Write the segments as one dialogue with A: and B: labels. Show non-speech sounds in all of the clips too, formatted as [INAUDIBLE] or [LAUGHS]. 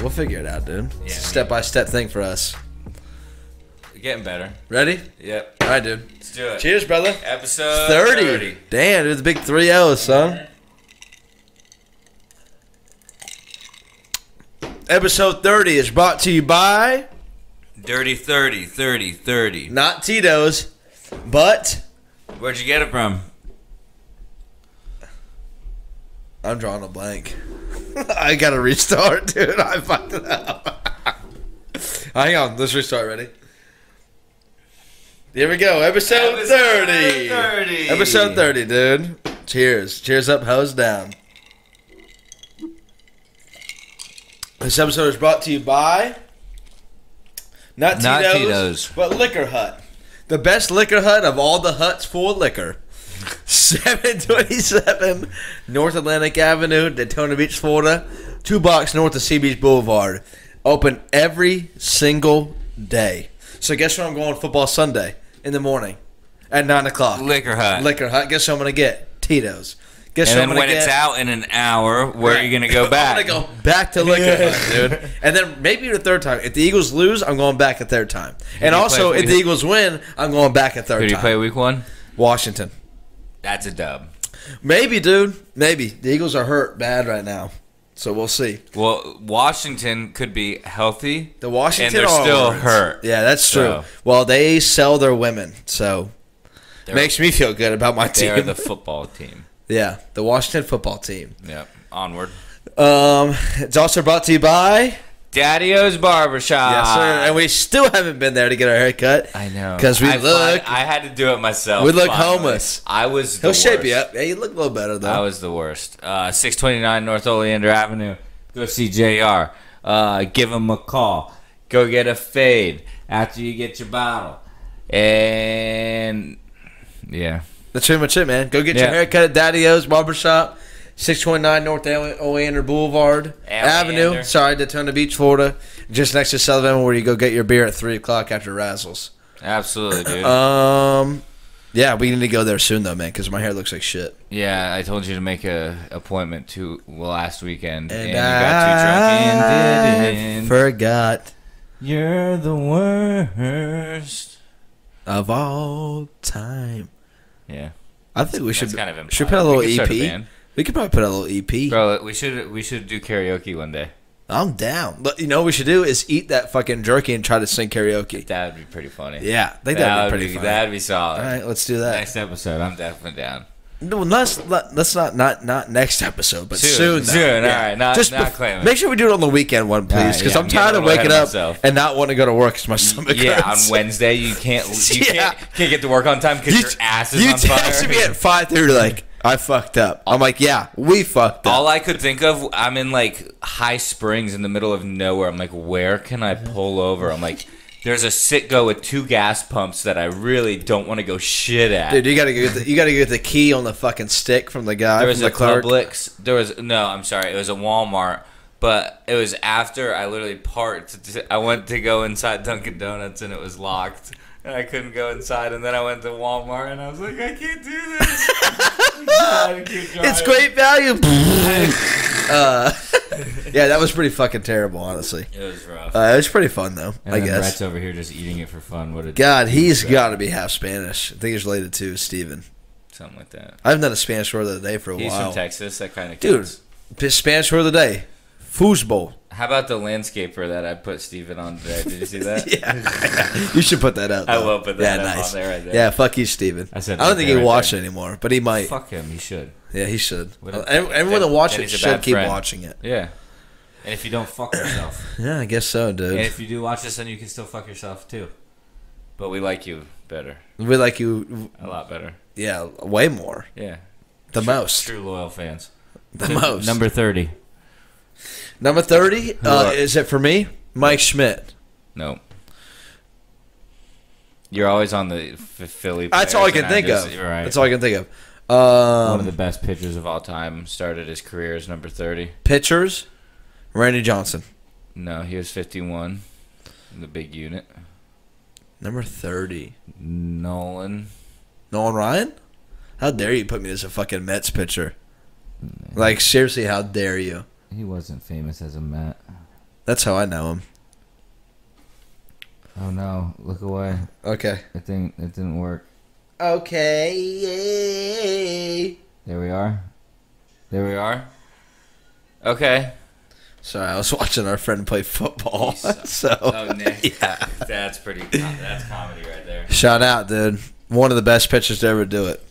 A: We'll figure it out, dude.
B: Yeah.
A: Step by step thing for us.
B: Getting better.
A: Ready?
B: Yep.
A: All right, dude. Uh,
B: Let's do it.
A: Cheers, brother.
B: Episode
A: 30.
B: 30.
A: Damn, dude, the big 3 0, son. Episode 30 is brought to you by
B: Dirty 30, 30, 30.
A: not Tito's, but
B: Where'd you get it from?
A: I'm drawing a blank. [LAUGHS] I gotta restart, [LAUGHS] dude. I fucked it up. [LAUGHS] Hang on, let's restart. Ready? Here we go. Episode,
B: Episode
A: 30.
B: 30.
A: Episode 30, dude. Cheers. Cheers up, hose down. This episode is brought to you by not Tito's,
B: Not Tito's.
A: but Liquor Hut. The best liquor hut of all the huts for
B: [LAUGHS]
A: liquor. 727 North Atlantic Avenue, Daytona Beach, Florida. Two blocks north of Sea Beach Boulevard. Open every single day. So guess where I'm going football Sunday in the morning at 9 o'clock?
B: Liquor Hut.
A: Liquor Hut. Guess what I'm going to get? Tito's. Guess
B: and
A: what I'm
B: then
A: gonna
B: when
A: get?
B: it's out in an hour, where are you going to go back?
A: [LAUGHS] I'm gonna go back to liquor, Hut, [LAUGHS] dude. And then maybe the third time. If the Eagles lose, I'm going back a third time. And
B: do you
A: also,
B: play-
A: if the Eagles win, I'm going back a third
B: Who do you
A: time.
B: play week one?
A: Washington.
B: That's a dub.
A: Maybe, dude. Maybe the Eagles are hurt bad right now, so we'll see.
B: Well, Washington could be healthy.
A: The Washington
B: And they're still
A: Olives.
B: hurt.
A: Yeah, that's true.
B: So-
A: Well, they sell their women, so makes me feel good about my
B: They
A: team.
B: are the football team.
A: [LAUGHS] yeah, the Washington football team.
B: Yep. Onward.
A: Um, it's also brought to you by
B: Daddy O's Barbershop.
A: yes, sir. And we still haven't been there to get our haircut.
B: Ah. I know.
A: 'Cause we
B: I
A: look-
B: fin- I had to do it myself.
A: We look
B: finally.
A: homeless.
B: I was. The
A: He'll shape
B: worst.
A: you up. Yeah, you look a little better
B: I
A: though.
B: was the worst. Uh, 629 North Oleander Avenue. Go see JR. Uh, give him a call. Go get a fade after you get your bottle. And yeah.
A: That's pretty much it, man. Go get your
B: Yeah.
A: haircut at Daddy O's Barbershop, 629 North Ele- Oleander Boulevard Avenue.
B: Oleander.
A: Sorry, Daytona Beach, Florida. Just next to Sullivan, where you go get your beer at 3 o'clock after Razzles.
B: Absolutely,
A: Uh,
B: dude.
A: Um, yeah, we need to go there soon, though, man, because my hair looks like shit.
B: yeah, I told you to make a appointment to last weekend, and,
A: And,
B: you got too drunk
A: I
B: and didn't.
A: forgot
B: You're the worst.
A: of all time.
B: Yeah,
A: I think we should
B: that's kind of implied.
A: should put a
B: We
A: little E
B: could start a
A: EP.
B: band.
A: We could probably put a little E EP.
B: bro. We should we should do karaoke one day.
A: I'm down. But you know what we should do is eat that fucking jerky and try to sing karaoke.
B: That would be pretty funny.
A: Yeah, I think
B: that
A: that'd
B: would
A: be pretty fun.
B: That'd be solid.
A: All right, let's do that.
B: Next episode, I'm definitely
A: [LAUGHS]
B: down.
A: No, let's let, let's not not not next episode, but soon.
B: Soon,
A: though.
B: soon, alright, not- not
A: bef-
B: claiming.
A: Make sure we do it on the weekend one, please,
B: Alright,
A: because
B: yeah,
A: I'm
B: I'm getting
A: tired
B: a
A: of
B: little ahead
A: waking
B: of
A: up
B: myself.
A: and not wanting to go to work because my stomach
B: Yeah, on
A: hurts.
B: Wednesday you can't you
A: [LAUGHS] Yeah.
B: can't, can't get to work on time because your ass is
A: you [LAUGHS]
B: on fire.
A: texted me at five thirty like I fucked up. I'm like, yeah, we fucked up.
B: All I could think of, I'm in like High Springs in the middle of nowhere. I'm like, where can
A: Uh-huh.
B: I pull over? I'm like, there's a sitgo with two gas pumps that I really don't want to go shit at.
A: Dude, you gotta get the, you gotta get the key on the fucking stick from the guy
B: there
A: from
B: was
A: the
B: a
A: clerk.
B: Publix. There was no. I'm sorry. It was a Walmart. But it was after I literally parked. I went to go inside Dunkin' Donuts and it was locked, and I couldn't go inside. And then I went to Walmart and I was like, I can't do
A: [LAUGHS]
B: this. I keep driving.
A: It's great value.
B: [LAUGHS]
A: uh, [LAUGHS] yeah, that was pretty fucking terrible, honestly.
B: It was rough.
A: Uh, it was pretty fun though.
B: and
A: I
B: then
A: guess.
B: Brett's over here just eating it for fun. What a
A: God, he's got to be half Spanish. I think he's related to Steven.
B: something like that.
A: I haven't done a Spanish word of the day for a
B: He's
A: while.
B: from Texas. That kind of
A: Dude, p- Spanish word of the day. Foosball.
B: How about the landscaper that I put Steven on today? Did you see
A: [LAUGHS]
B: that?
A: Yeah. you should put that up.
B: Uh, I
A: though.
B: will put that up on there right there.
A: Yeah, fuck you, Steven. I,
B: I said
A: I don't
B: right
A: think
B: there,
A: he
B: right
A: watched it anymore, but he might.
B: Fuck him. He should.
A: Yeah, he should.
B: What a-
A: Ev- Everyone that
B: then-
A: watches
B: then
A: it
B: he's a
A: should
B: bad
A: keep
B: friend.
A: watching it.
B: Yeah. And if you don't fuck yourself.
A: Yeah, I guess so,
B: And
A: dude.
B: if you do watch this, then you can still fuck yourself too. But we like you better,
A: We like you,
B: a lot better.
A: yeah, way more.
B: Yeah,
A: The most.
B: true loyal fans.
A: The [COUGHS] most. Number,
B: number thirty.
A: Number 30, uh,
B: up?
A: is it for me? Mike Schmidt.
B: No. You're always on the F- Philly.
A: That's all I can think of.
B: You're right.
A: That's all I can think of. Um,
B: One of the best pitchers of all time started his career as number thirty.
A: pitchers, Randy Johnson,
B: No, he was fifty-one. In the big unit.
A: number thirty.
B: Nolan.
A: Nolan Ryan, how dare you put me as a fucking Mets pitcher? Like seriously, how dare you?
B: He wasn't famous as a Met.
A: That's how I know him.
B: Oh no! Look away.
A: Okay.
B: It didn't. It didn't work.
A: Okay.
B: There we are. There we are. Okay.
A: Sorry, I was [LAUGHS] watching our friend play [LAUGHS] football.
B: suck.
A: So
B: Oh,
A: [LAUGHS]
B: Nick.
A: yeah.
B: That's pretty. Com- that's comedy right there.
A: Shout out, dude. One of the best pitchers to ever do it.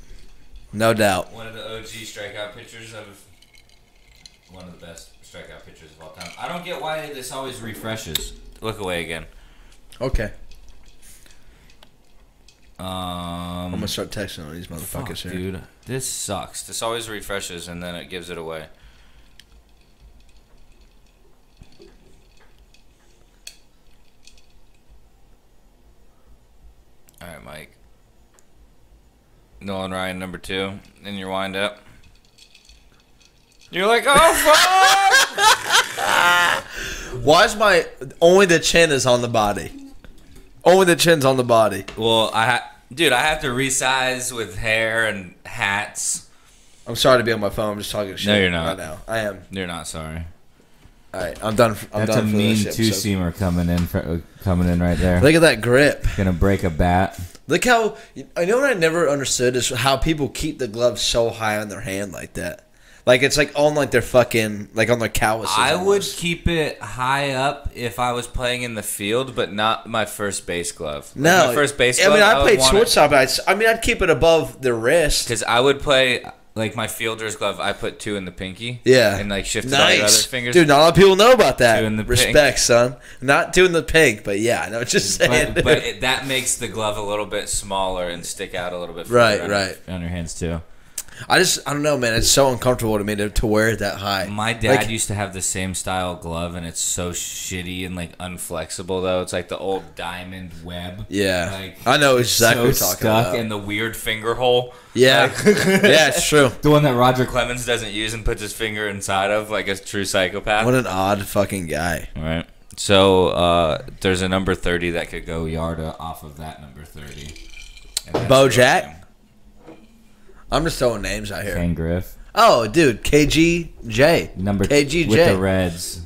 A: No doubt.
B: One of the OG strikeout pitchers of. One of the best strikeout pitchers of all time. I don't get why this always refreshes. Look away again.
A: Okay. I'm
B: Um.
A: gonna start texting on these
B: Fuck,
A: motherfuckers here.
B: dude. This sucks. This always refreshes and then it gives it away. All right, Mike. Nolan Ryan, number two, in your wind up. You're like, oh, fuck!
A: Why is my only the chin is on the body? Only the chin's on the body.
B: [LAUGHS] well, I, ha- dude, I have to resize with hair and hats.
A: I'm sorry to be on my phone. I'm just talking shit.
B: you're not.
A: I know. I am.
B: You're not sorry.
A: All right. I'm done. I'm
C: That's a
A: done for
C: mean
A: this shit,
C: two
A: so-
C: seamer coming in, fr- uh, coming in right there.
A: Look at that grip.
C: Gonna break a bat.
A: Look how I know what I never understood is how people keep the glove so high on their hand like that. Like it's like on like their fucking like on their calluses.
B: I would
A: almost.
B: keep it high up if I was playing in the field, but not my first base glove. Like,
A: No,
B: my first base.
A: I
B: Glove,
A: mean, I,
B: would
A: played
B: want it-
A: shortstop. I'd, I mean, I'd keep it above the wrist.
B: Cause I would play like my fielder's glove. I put two in the pinky.
A: Yeah,
B: and like shifted all
A: nice,
B: your other fingers.
A: dude. Not a lot of people know about that.
B: Doing the
A: Respect,
B: pink.
A: son. Not doing the pink, but yeah, I know. Just saying.
B: but, but it, that makes the glove a little bit smaller and stick out a little bit.
A: Right,
B: further on-
A: right.
B: On your hands too.
A: [LAUGHS] I just, I don't know, man. It's so uncomfortable to me to, to wear it that high.
B: My dad
A: Like-
B: used to have the same style glove, and it's so shitty and like unflexible though. It's like the old diamond web.
A: yeah,
B: like
A: I know exactly what
C: so
A: you're
C: stuck
A: talking about.
B: and the weird finger hole.
A: yeah, [LAUGHS]
B: [LAUGHS]
A: yeah, it's true.
C: The one that Roger Clemens.
B: Clemens doesn't use and puts his finger inside of like a true psychopath.
A: What an odd fucking guy.
B: All right. So uh, there's a number 30 that could go Yarda off of that number 30. And that's
A: Bo
B: the
A: Jack?
B: game.
A: I'm just throwing names out here.
C: Ken Griff,
A: Oh, dude, KGJ,
C: number
A: KGJ.
C: with the Reds.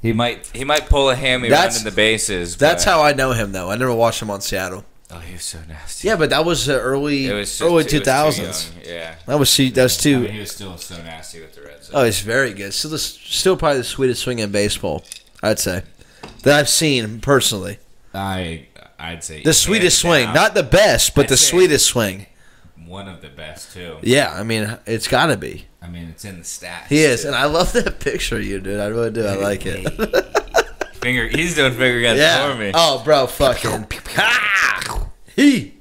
B: He might he might pull a hammy
A: That's-
B: running the bases.
A: That's
B: but-
A: how I know him, though. I never watched him on Seattle.
B: Oh, he was so nasty.
A: Yeah, but that was the early
B: It was
A: early
B: it was too
A: two thousands.
B: young, Yeah.
A: That was she. That was
B: I
A: too.
B: mean, he was still so nasty with the Reds.
A: Oh, he's very good. Still, the, still probably the sweetest swing in baseball, I'd say, that I've seen personally.
B: I I'd say
A: The sweetest
B: hands
A: swing,
B: down,
A: not the best, but
B: I'd
A: the
B: say-
A: sweetest swing.
B: one of the best too.
A: Yeah, I mean, it's got to be.
B: I mean, it's in the stats.
A: He is,
B: too.
A: and I love that [LAUGHS] picture of you, dude. I really do. I like it.
B: Finger, he's doing finger guns for
A: [LAUGHS] Yeah.
B: me.
A: Oh, bro, fucking. Ah! He.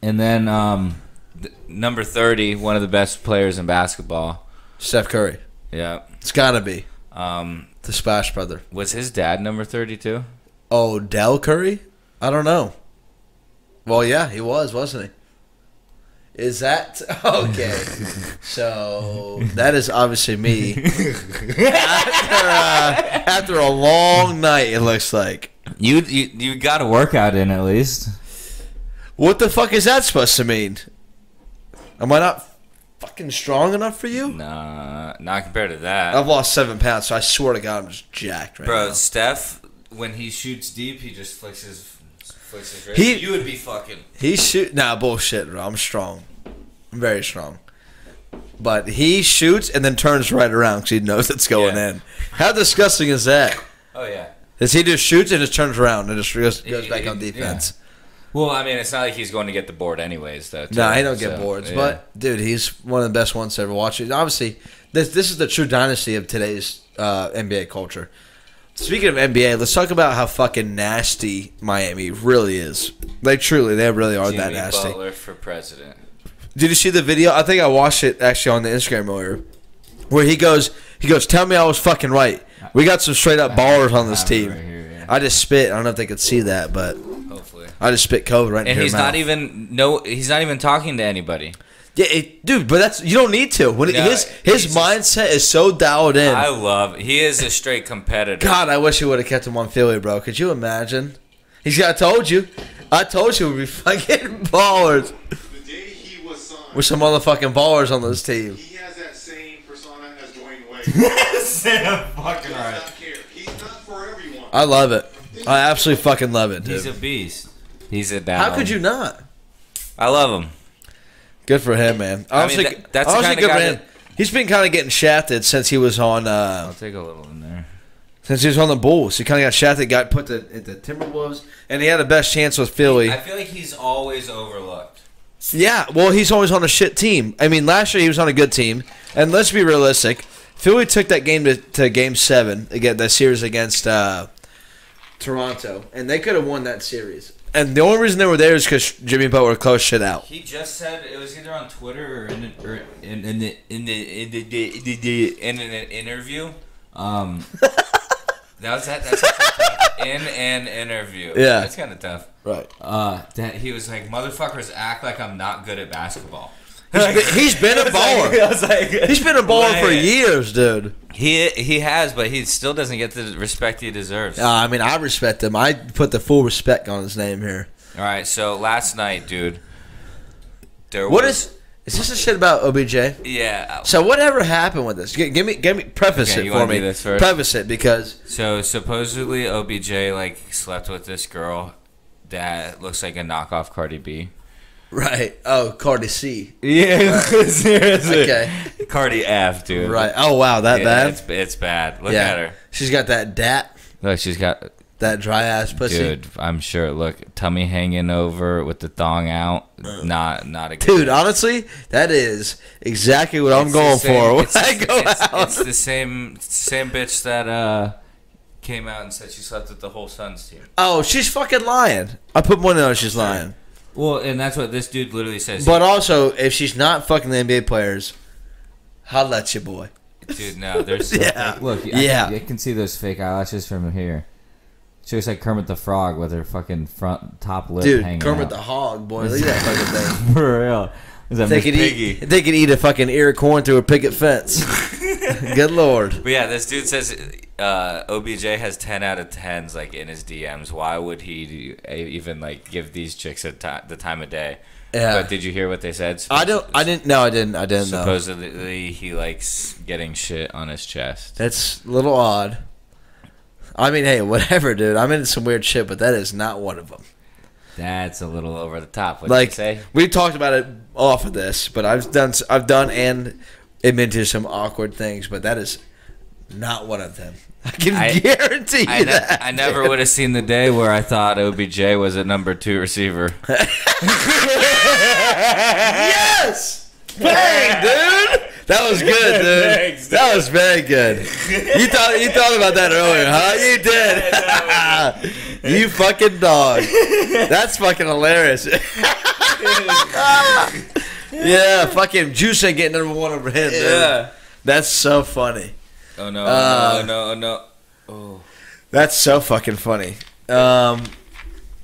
B: And then um, th- number 30, one of the best players in basketball.
A: Steph Curry.
B: Yeah.
A: It's got to be
B: Um,
A: the Splash Brother.
B: was his dad number 32?
A: Oh, Del Curry? I don't know. Well, yeah, he was, wasn't he? Is that [LAUGHS] okay? so that is obviously me after, uh, after a long night. It looks like.
B: You you, you got to work.
C: Workout in at least.
A: What the fuck is that supposed to mean? Am I not fucking strong enough for you?
B: Nah, not compared to that.
A: I've lost seven pounds, so I swear to God, I'm just jacked right
B: Bro,
A: now.
B: Steph, when he shoots deep, he just flicks his flicks his wrist.
A: He-
B: you would be fucking.
A: He shoot. Nah, bullshit, bro. I'm strong. I'm very strong. But he shoots and then turns right around because he knows it's going
B: Yeah.
A: in. How disgusting is that?
B: Oh yeah.
A: Is he just shoots and just turns around and just goes, goes
B: He-
A: back
B: he-
A: on defense?
B: Well, I mean, it's not like he's going to get the board anyways, though. too,
A: No, he don't get
B: so,
A: boards.
B: yeah.
A: But dude, he's one of the best ones to ever watch. it. Obviously, this this is the true dynasty of today's uh, NBA culture. Speaking of NBA, let's talk about how fucking nasty Miami really is. They truly, they really are Oh, that
B: Jimmy
A: nasty.
B: Butler for president.
A: Did you see the video? I think I watched it actually on the Instagram earlier, where he goes, he goes, "Tell me I was fucking right. We got some straight up ballers on this
B: [LAUGHS]
C: I have it right
A: team."
C: here, yeah.
A: I just spit. I don't know if they could see that, but
B: Hopefully.
A: I just spit COVID right in
B: And
A: your
B: he's
A: mouth.
B: not even no. He's not even talking to anybody.
A: yeah, it, dude. But that's you don't need to. When it-
B: No,
A: his his
B: he's just-
A: mindset is so dialed in.
B: I love. He is a straight competitor. [LAUGHS]
A: God, I wish he would have kept him on Philly, bro. Could you imagine? He's got. I told you. I told you we'd be [LAUGHS] fucking ballers
D: The day he was signed,
A: with some motherfucking ballers on this team.
D: he has that same persona as Dwayne Wade. He does
B: Sam fucking
D: not care. He's not for wherever you want.
A: I love it. I absolutely fucking love it,
C: He's
A: dude.
C: a beast.
B: He's a dad.
A: How could you not?
B: I love him.
A: Good for him, man.
B: I mean,
A: Honestly,
B: that- that's the
A: honestly
B: kinda
A: good
B: guy
A: for him.
B: that-
A: He's been kind of getting shafted since he was on uh,
B: I'll take a little in there.
A: since he was on the Bulls. He kind of got shafted, got put to, at the Timberwolves, and he had the best chance with Philly.
B: I feel like he's always overlooked.
A: Yeah, well, he's always on a shit team. I mean, last year he was on a good team, and let's be realistic. Philly took that game to, to game seven again, that series against uh, Toronto, and they could have won that series. And the only reason they were there is because Jimmy Butler closed shit out.
B: He just said it was either on Twitter or in the, or in, in the in the in the in, the, in, an interview.
A: [LAUGHS]
B: Um, that was that. That's actually tough. in an interview.
A: Yeah.
B: that's kind of tough.
A: Right.
C: Uh,
B: That he was like, motherfuckers, act like I'm not good at basketball.
A: he's been a baller.
B: [LAUGHS] I was like,
A: He's been a baller for
B: Lay it.
A: years, dude.
B: He he has, but he still doesn't get the respect he deserves.
A: Uh, I mean, I respect him. I put the full respect on his name here.
B: All right, so last night, dude. There
A: What
B: was,
A: is is this a shit about OBJ?
B: Yeah.
A: So whatever happened with this? G- give me, give me, preface
B: Okay,
A: it
B: you
A: for
B: wanna
A: me.
B: do this first?
A: Preface it because
B: So supposedly OBJ like slept with this girl that looks like a knockoff Cardi B.
A: Right. Oh, Cardi C. [LAUGHS]
B: Yeah, seriously.
A: Okay.
B: Cardi F, dude.
A: Right. Oh wow, that
B: Yeah,
A: bad.
B: It's, it's bad. Look
A: yeah.
B: at her.
A: She's got that dat,
B: Look, she's got
A: that dry ass pussy.
B: dude. I'm sure. Look, tummy hanging over with the thong out. Not not a good
A: Dude, honestly, that is exactly what I'm
B: It's the
A: going
B: same-
A: for when
B: it's
A: I
B: the-
A: go
B: it's,
A: out.
B: It's the same same bitch that uh came out and said she slept with the whole Suns team.
A: oh, she's fucking lying. I put money on she's lying.
B: Well, and that's what this dude literally says.
A: But also, if she's not fucking the NBA players, holla at you, boy.
B: dude, no, there's
A: [LAUGHS] Yeah.
C: look,
A: Yeah.
C: yeah, I, I can see those fake eyelashes from here. She looks like Kermit the Frog with her fucking front top lip
A: Dude,
C: hanging
A: Kermit
C: out.
A: the Hog, boy. Look at that
B: [LAUGHS]
A: fucking thing.
C: For real. Is that
A: They
C: Miss
A: could, eat,
B: Piggy.
A: they could eat a fucking ear of corn through a picket fence.
B: [LAUGHS]
A: Good lord.
B: But yeah, this dude says uh, OBJ has ten out of tens like in his DMs. Why would he even like give these chicks a ti- the time of day?
A: Yeah.
B: But did you hear what they said?
A: I don't. I didn't. No, I didn't. I didn't. know.
B: Supposedly he likes getting shit on his chest.
A: That's a little odd. I mean, hey, whatever, dude. I'm into some weird shit, but that is not one of them.
B: That's a little over the top. What
A: like, [LAUGHS]
B: you say?
A: we talked about it off of this, but I've done, s- I've done, and admitted some awkward things, but that is not one of them. [LAUGHS] I can
B: I-
A: guarantee
B: I,
A: you
B: ne-
A: that.
B: I never would have seen the day where I thought OBJ was a number two receiver.
A: [LAUGHS] Yes. Bang, dude. That was
C: [LAUGHS]
A: good, dude.
B: Thanks, dude.
A: That was very good. You thought you thought about that earlier, huh? You [LAUGHS] did. you fucking dog. That's
C: [LAUGHS]
A: fucking hilarious. yeah, fucking Juice ain't getting number one over him, dude.
B: Yeah.
A: That's so funny.
B: Oh no!
A: Uh,
B: oh no! Oh no!
A: That's so fucking funny. Um.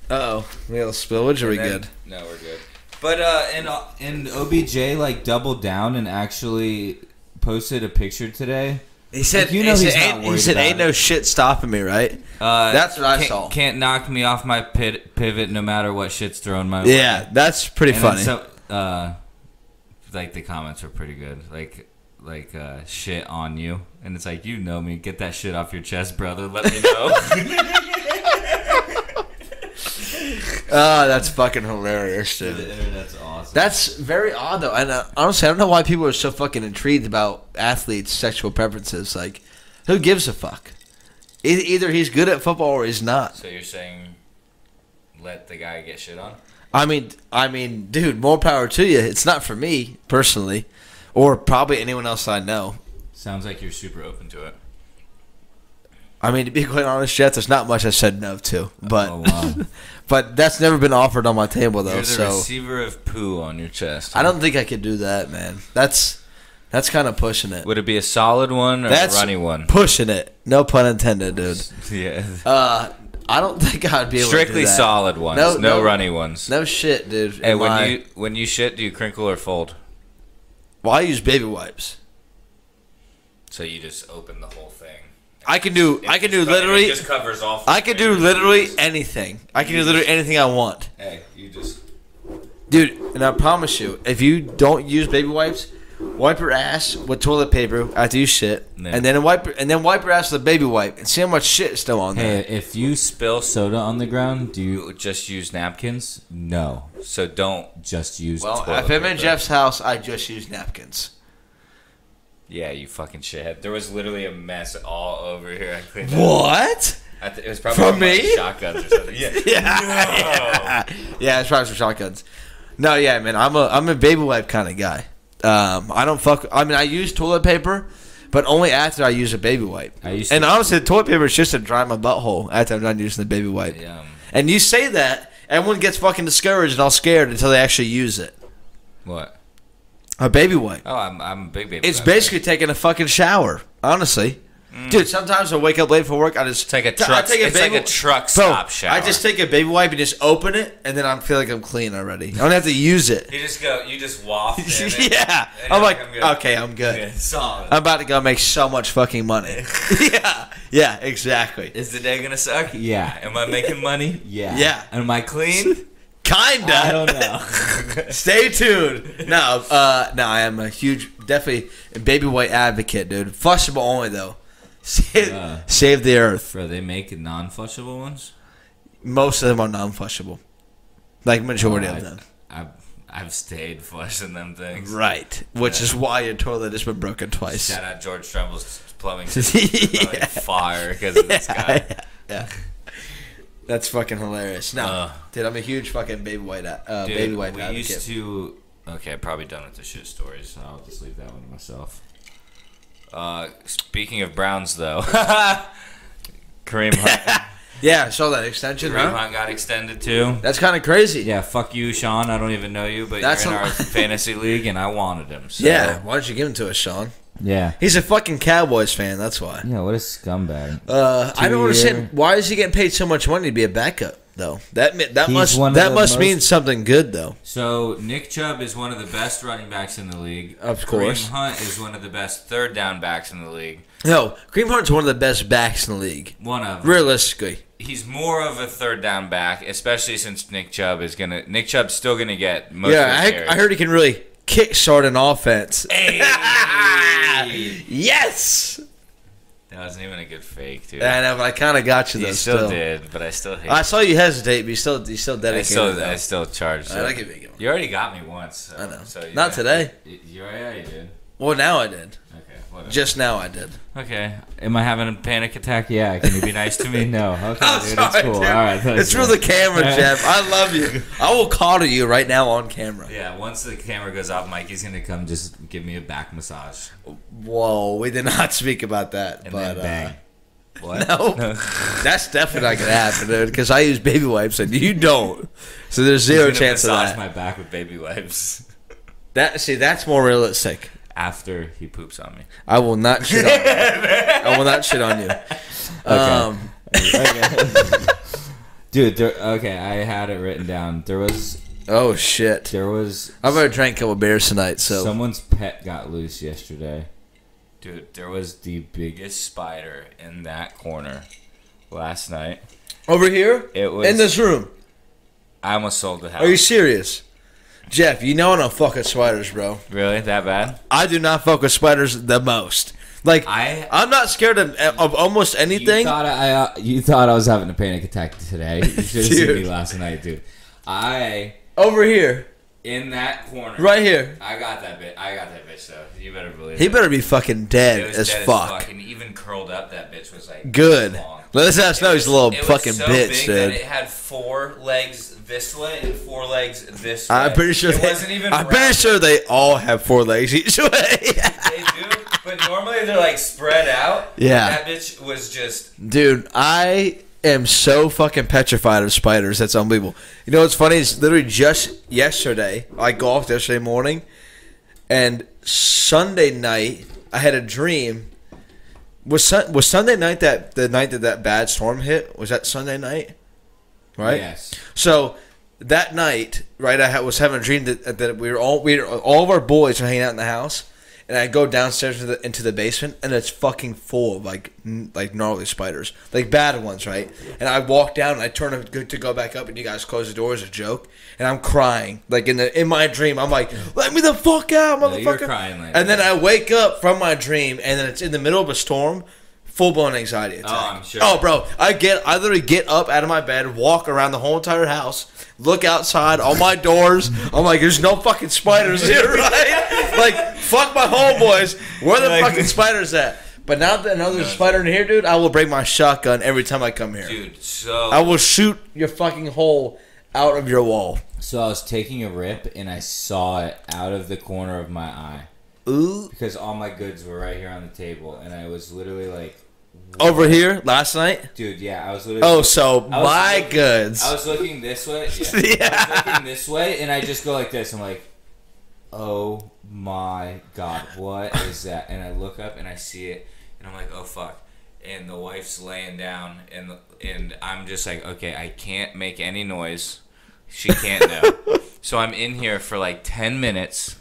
A: Uh oh, we had a spillage. Are we
B: Then-
A: good?
B: No, we're good. But uh, and uh,
C: And OBJ like doubled down and actually posted a picture today.
A: He said,
C: Like, you know
A: he
C: he's
A: said,
C: not
A: ain't, he
C: worried
A: said,
C: about
A: ain't
C: it."
A: no shit stopping me, right?
B: uh,
A: That's what I
B: can't,
A: saw.
B: Can't knock me off my pit, pivot, no matter what shit's thrown my way.
A: Yeah, that's pretty
B: And then
A: funny.
B: So, uh, like the comments were pretty good. Like like uh, shit on you, and it's like you know me. Get that shit off your chest, brother. Let me
A: [LAUGHS]
B: know. [LAUGHS]
A: Oh, that's fucking hilarious, dude.
B: the internet's awesome.
A: That's very odd, though. And uh, honestly, I don't know why people are so fucking intrigued about athletes' sexual preferences. Like, who gives a fuck? E- either he's good at football or he's not.
B: so you're saying let the guy get shit on?
A: I mean, I mean, dude, more power to you. It's not for me personally, or probably anyone else I know.
B: Sounds like you're super open to it.
A: I mean, to be [LAUGHS] quite honest, Jeff, there's not much I said no to, but
B: oh wow.
A: [LAUGHS] but that's never been offered on my table though.
B: You're the
A: so
B: receiver of poo on your chest.
A: I don't think I could do that, man. That's that's kind of pushing it.
B: Would it be a solid one or
A: That's
B: a runny one?
A: Pushing it. No pun intended, dude.
B: [LAUGHS] yeah.
A: Uh, I don't [LAUGHS] think I'd be able
B: Strictly
A: to do that.
B: solid ones.
A: No,
B: No,
A: no.
B: runny ones.
A: No shit, dude.
B: Hey,
A: And
B: when
A: why-
B: you when you shit, do you crinkle or fold?
A: well, I use baby wipes.
B: So you just open the whole thing.
A: I can do. I can do literally.
B: just covers off.
A: I can do literally anything. I can do literally anything I want,
B: Hey, you just.
A: dude. And I promise you, if you don't use baby wipes, Wipe your ass with toilet paper after you shit,
B: Yeah.
A: and then wipe and then wipe your ass with a baby wipe, and see how much shit is still on there.
C: Hey, if you spill soda on the ground, do you
B: You just use napkins,
C: no?
B: so don't.
C: Just use
A: well,
C: toilet
A: if I'm in
C: paper.
A: Jeff's house, I just use napkins.
B: Yeah, you fucking shithead. There was literally a mess all over here. I cleaned up.
A: What?
B: I th- it was probably
A: From
B: from like
A: me?
B: shotguns
A: [LAUGHS]
B: or something. Yeah.
A: Yeah, yeah, it's probably some shotguns. No, yeah, man, I'm a I'm a baby wipe kind of guy. Um, I don't fuck. I mean, I use toilet paper, but only after I use a baby wipe.
C: I used
A: and
C: to-
A: honestly, the toilet paper is just to dry my butthole after I'm done using the baby wipe.
B: Yum.
A: And you say that, everyone gets fucking discouraged and all scared until they actually use it.
B: What?
A: A baby wipe.
B: Oh, I'm, I'm a big baby.
A: It's
B: guy.
A: basically taking a fucking shower, honestly. Dude, sometimes I wake up late for work. I just
B: Mm. It's like a
A: t- I
B: truck.
A: take
B: it's like
A: baby-
B: a truck
A: Bro,
B: stop shower.
A: I just take a baby wipe and just open it, and then I feel like I'm clean already. I don't have to use
C: [LAUGHS]
A: it.
B: You just go. You just waft.
A: [LAUGHS]
B: in it.
A: yeah,
B: And
A: I'm
B: you're
A: like,
B: good.
A: okay, Uh, I'm good.
B: Yeah, solid.
A: I'm about to go make so much
C: [LAUGHS]
A: fucking money. [LAUGHS] yeah, yeah, exactly.
B: Is the day gonna suck?
C: Yeah.
B: Am I making money?
C: Yeah.
A: Yeah.
B: Am
A: [LAUGHS]
B: I clean?
A: Kinda.
C: I don't know.
A: [LAUGHS] Stay tuned. No, uh, no, I am a huge, definitely a baby white advocate, dude. Flushable only though. [LAUGHS] Save,
C: Yeah.
A: save the earth.
B: [LAUGHS] Bro, they make non-flushable ones.
A: Most of them are non-flushable, like majority of them.
B: I've, I've stayed flushing them things.
A: Right, which is why your toilet has been broken twice. [LAUGHS]
B: Shout out George Tremble's plumbing.
A: yeah.
B: Like fire because of this guy.
A: yeah. that's fucking hilarious. No,
B: Uh.
A: dude, I'm a huge fucking baby white, a- uh,
B: Dude,
A: baby white
B: we
A: advocate.
B: used to. Okay, probably done with the shit stories.
C: I'll just leave that one to myself.
B: Uh, speaking of Browns, though, [LAUGHS] Kareem
A: [LAUGHS]
B: Hunt,
A: yeah, I saw that extension.
B: Kareem
A: huh?
B: Hunt got extended too.
A: That's kind of crazy.
C: Yeah, fuck you, Sean. I don't even know you, but
A: That's
B: You're in
A: a- [LAUGHS]
B: our fantasy league, and I wanted him. So.
A: Yeah, why don't you give him to us, Sean?
C: yeah.
A: He's a fucking Cowboys fan. That's why.
C: Yeah, what a scumbag.
A: Uh, I don't
C: Two-year-
A: understand why is he getting paid so much money to be a backup though. That mi- that
C: He's
A: must
C: one of
A: that
C: the
A: must
C: most-
A: mean something good though.
B: So Nick Chubb is one of the best running backs in the league.
A: Of course.
B: Kareem Hunt is one of the best third down backs in the league.
A: No, Kareem Hunt's one of the best backs in the league.
B: One of them.
A: Realistically,
B: he's more of a third down back, especially since Nick Chubb is gonna. Nick Chubb's still gonna get most.
A: yeah,
B: of the carries.
A: I, I heard he can really kickstart an offense.
B: Hey!
A: [LAUGHS] Yes,
B: that wasn't even a good fake, dude.
A: I know, but I kind of got you
B: You
A: though.
B: still,
A: Still,
B: did, but I still hate.
A: I
B: I,
A: saw you hesitate, but you still you still dedicated.
B: still,
A: though.
B: I still charged.
A: Alright,
B: it.
A: I'll give you a good one.
B: You already got me once. So,
A: I know.
B: So you
A: Not today.
B: You, you- yeah, you did.
A: Well, now I did.
B: Okay. Whatever.
A: Just now I did.
B: okay. Am I having a panic attack?
C: Yeah, can you
B: Be nice
A: [LAUGHS]
B: to me.
C: No, okay,
A: I'm
C: dude,
A: sorry,
C: it's cool.
A: dude.
C: All right, thanks,
A: it's for the
C: man.
B: [LAUGHS]
A: camera,
C: Yeah.
A: Jeff. I love you. [LAUGHS] I will coddle you right now on camera.
B: Yeah, once the camera goes off, Mikey's gonna come just give me a back massage.
A: Whoa, we did not [LAUGHS] speak about that.
B: And
A: but
B: then
A: [LAUGHS]
B: bang. what?
A: uh, no,
B: [LAUGHS]
A: [LAUGHS] that's definitely not gonna happen, dude. Because I use baby wipes and you don't, so there's zero
B: He's gonna
A: chance of
B: massage
A: that.
B: my back with baby wipes [LAUGHS]
A: that see, that's more realistic.
B: after he poops on
A: [LAUGHS]
B: me.
A: I will not shit on. you. I will not shit [LAUGHS] on you. Um,
C: Dude, there, okay, I had it written down. There was,
A: oh shit!
C: there was
A: I've already drank a couple beers tonight, so
C: someone's pet got loose yesterday.
B: Dude, there was the biggest spider in that corner last night.
A: over here
B: It was.
A: in this room.
B: I almost sold the house.
A: Are you serious, Jeff? You know I don't fuck with spiders, bro.
B: really that bad?
A: I do not fuck with spiders the most. Like
B: I-
A: I'm not scared of, of almost
C: You
A: anything.
C: thought I, uh, you thought I was having a panic attack today. You should have seen me
A: [LAUGHS] Dude.
C: last night, dude. I
A: Over here,
B: In that corner.
A: right here.
B: I got that bit. I got that bitch though. You better believe
A: He
B: it.
A: better be fucking dead
B: It was
A: as
B: dead
A: fuck.
B: And even curled up, that bitch was like
A: Good.
B: long.
A: Let us us
B: It
A: know he's a little
B: it was
A: fucking
B: so
A: bitch,
B: big
A: dude.
B: That it had four legs this way and four legs this way.
A: I'm pretty sure.
B: it
A: they,
B: wasn't even.
A: I'm pretty
B: round.
A: sure they all have four legs each [LAUGHS] way.
B: They do, but normally they're like spread out.
A: Yeah.
B: That bitch was just.
A: Dude, I am so fucking petrified of spiders. That's unbelievable. You know what's funny? It's literally just yesterday. I golfed yesterday morning, and Sunday night I had a dream. Was sun, was Sunday night that the night that that bad storm hit? Was that Sunday night? Right.
C: yes,
A: So that night, right, I ha- was having a dream that, that we were all we were, all of our boys were hanging out in the house, and I go downstairs into the, into the basement, and it's fucking full of like n- like gnarly spiders, like bad ones, right? And I walk down, and I turn to go- to go back up, and you guys close the door as a joke, and I'm crying, like in the in my dream, I'm like, let me the fuck out,
B: No,
A: motherfucker!
B: you were crying like
A: and then I
B: that.
A: wake up from my dream, and then it's in the middle of a storm. Full blown anxiety attack.
B: I'm sure.
A: Oh, bro, I get, I literally get up out of my bed, walk around the whole entire house, look outside, all my doors. I'm like, there's no fucking spiders here, right? like, fuck my homeboys. Where the
B: Like-
A: fucking spiders at? But now that now there's a spider in here, dude, I will break my shotgun every time I come here.
B: dude. So
A: I will shoot your fucking hole out of your wall.
C: So I was taking a rip and I saw it out of the corner of my eye
A: Ooh.
C: because all my goods were right here on the table and I was literally like,
A: Over here last night.
C: dude, yeah, I was literally.
A: Oh, so
C: I was
A: my
C: looking-
A: goods.
C: I was looking this
A: [LAUGHS]
C: way. Yeah. I was
A: yeah.
C: looking this way and I just go like this. I'm like, oh my god, what is that? And I look up and I see it
B: and I'm like, oh fuck. And the wife's laying down, and and I'm just like, okay, I can't make any noise. She can't
A: [LAUGHS]
B: know. so I'm in here for like ten minutes,